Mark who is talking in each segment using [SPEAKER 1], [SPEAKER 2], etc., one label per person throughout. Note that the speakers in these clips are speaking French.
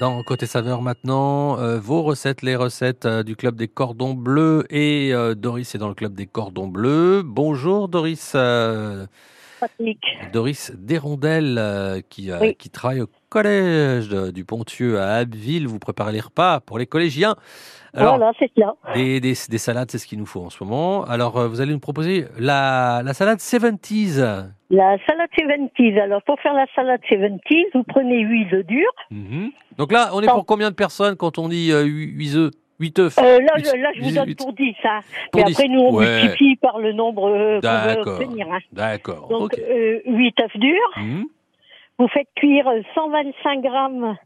[SPEAKER 1] Dans Côté Saveur maintenant, euh, vos recettes, les recettes euh, du Club des Cordons Bleus. Et euh, Doris est dans le Club des Cordons Bleus. Bonjour Doris. euh,
[SPEAKER 2] Patrick.
[SPEAKER 1] Doris Desrondelles euh, qui, euh,
[SPEAKER 2] Oui.
[SPEAKER 1] qui travaille au collège de- du Pontieux à Abbeville. Vous préparez les repas pour les collégiens. Alors,
[SPEAKER 2] voilà, c'est cela.
[SPEAKER 1] des, des- des salades, c'est ce qu'il nous faut en ce moment. Alors, euh, vous allez nous proposer la, la salade 70s.
[SPEAKER 2] La salade 70s. Alors, pour faire la salade 70s, vous prenez 8 œufs durs.
[SPEAKER 1] Mhm. Donc là, on est pour combien de personnes quand on dit euh, 8 œufs 8 œufs
[SPEAKER 2] Euh, là,
[SPEAKER 1] Huit-
[SPEAKER 2] je, là, je vous
[SPEAKER 1] huit-
[SPEAKER 2] donne
[SPEAKER 1] huit-
[SPEAKER 2] pour 10, hein.
[SPEAKER 1] Pour
[SPEAKER 2] Mais
[SPEAKER 1] 10.
[SPEAKER 2] après, nous, on
[SPEAKER 1] Ouais.
[SPEAKER 2] multiplie par le nombre euh, qu'on veut
[SPEAKER 1] D'accord.
[SPEAKER 2] obtenir. hein.
[SPEAKER 1] D'accord.
[SPEAKER 2] Donc,
[SPEAKER 1] ok.
[SPEAKER 2] euh, 8 œufs durs.
[SPEAKER 1] Mhm.
[SPEAKER 2] Vous faites cuire euh, 125 grammes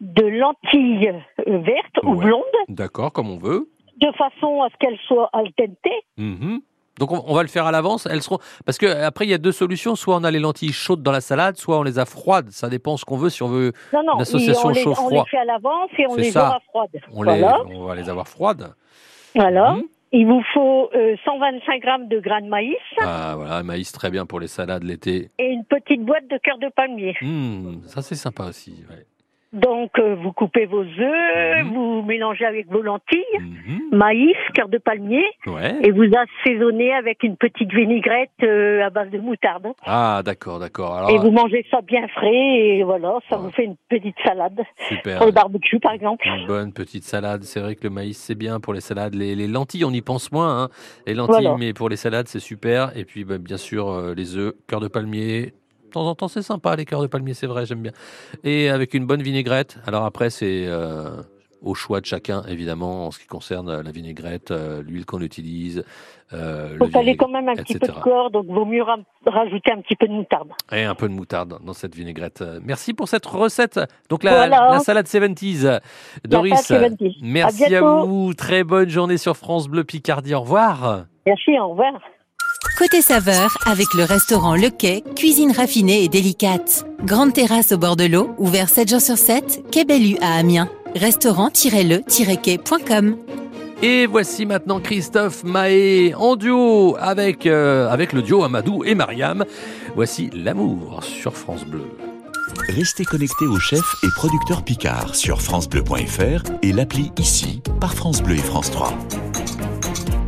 [SPEAKER 2] de lentilles euh, vertes ou
[SPEAKER 1] Ouais.
[SPEAKER 2] blondes,
[SPEAKER 1] D'accord, comme on veut.
[SPEAKER 2] de façon à ce qu'elles soient al dente.
[SPEAKER 1] Mhm. Donc on, on va le faire à l'avance. Elles seront parce que après il y a deux solutions. Soit on a les lentilles chaudes dans la salade, soit on les a froides. Ça dépend ce qu'on veut. Si on veut,
[SPEAKER 2] Non, non,
[SPEAKER 1] L'association
[SPEAKER 2] et on, les, on
[SPEAKER 1] chaud-froid.
[SPEAKER 2] les fait à l'avance et on
[SPEAKER 1] C'est
[SPEAKER 2] les
[SPEAKER 1] ça.
[SPEAKER 2] aura froides.
[SPEAKER 1] on,
[SPEAKER 2] voilà.
[SPEAKER 1] les, on va les avoir froides.
[SPEAKER 2] voilà.
[SPEAKER 1] Mhm.
[SPEAKER 2] Il vous faut euh, 125 grammes de grains de maïs
[SPEAKER 1] Ah voilà, un maïs très bien pour les salades l'été.
[SPEAKER 2] et une petite boîte de cœur de palmier.
[SPEAKER 1] Hmm, ça c'est sympa aussi. ouais.
[SPEAKER 2] Donc, euh, vous coupez vos œufs,
[SPEAKER 1] Mhm.
[SPEAKER 2] vous mélangez avec vos lentilles,
[SPEAKER 1] Mhm.
[SPEAKER 2] maïs, cœur de palmier,
[SPEAKER 1] Ouais.
[SPEAKER 2] et vous assaisonnez avec une petite vinaigrette euh, à base de moutarde.
[SPEAKER 1] Ah Ah. d'accord, d'accord.
[SPEAKER 2] Et
[SPEAKER 1] Alors
[SPEAKER 2] vous mangez ça bien frais, et voilà, ça
[SPEAKER 1] Ouais.
[SPEAKER 2] vous fait une petite salade.
[SPEAKER 1] super.
[SPEAKER 2] Pour le barbecue, par exemple.
[SPEAKER 1] Une bonne petite salade. C'est vrai que le maïs, c'est bien pour les salades. Les, les lentilles, on y pense moins. hein. Les lentilles,
[SPEAKER 2] Voilà.
[SPEAKER 1] mais pour les salades, c'est super. Et puis, bah, bien sûr, euh, les œufs, cœur de palmier. De temps en temps, c'est sympa, les cœurs de palmier, c'est vrai, j'aime bien. Et avec une bonne vinaigrette. Alors après, c'est euh, au choix de chacun, évidemment, en ce qui concerne euh, la vinaigrette, euh, l'huile qu'on utilise. euh, le
[SPEAKER 2] Donc, elle est
[SPEAKER 1] vinaigre-
[SPEAKER 2] quand même un petit peu de
[SPEAKER 1] etc..
[SPEAKER 2] corps, donc vaut mieux ram- rajouter un petit peu de moutarde.
[SPEAKER 1] Et un peu de moutarde dans cette vinaigrette. Euh, Merci pour cette recette. Donc la,
[SPEAKER 2] Voilà.
[SPEAKER 1] la salade 70s.
[SPEAKER 2] La
[SPEAKER 1] Doris, euh,
[SPEAKER 2] pâte, c'est 26.
[SPEAKER 1] Merci à,
[SPEAKER 2] bientôt.
[SPEAKER 1] vous. Très bonne journée sur France Bleu Picardie. Au revoir.
[SPEAKER 2] Merci, au revoir.
[SPEAKER 3] Côté saveur, avec le restaurant Le Quai, cuisine raffinée et délicate. Grande terrasse au bord de l'eau, ouvert 7 jours sur 7, Quai Bellu à Amiens. Restaurant-le-quai.com
[SPEAKER 1] Et voici maintenant Christophe Mahé en duo avec, euh, avec le duo Amadou et Mariam. Voici l'amour sur France Bleu.
[SPEAKER 4] Restez connectés aux chefs et producteurs Picard sur FranceBleu.fr et l'appli ici par France Bleu et France 3.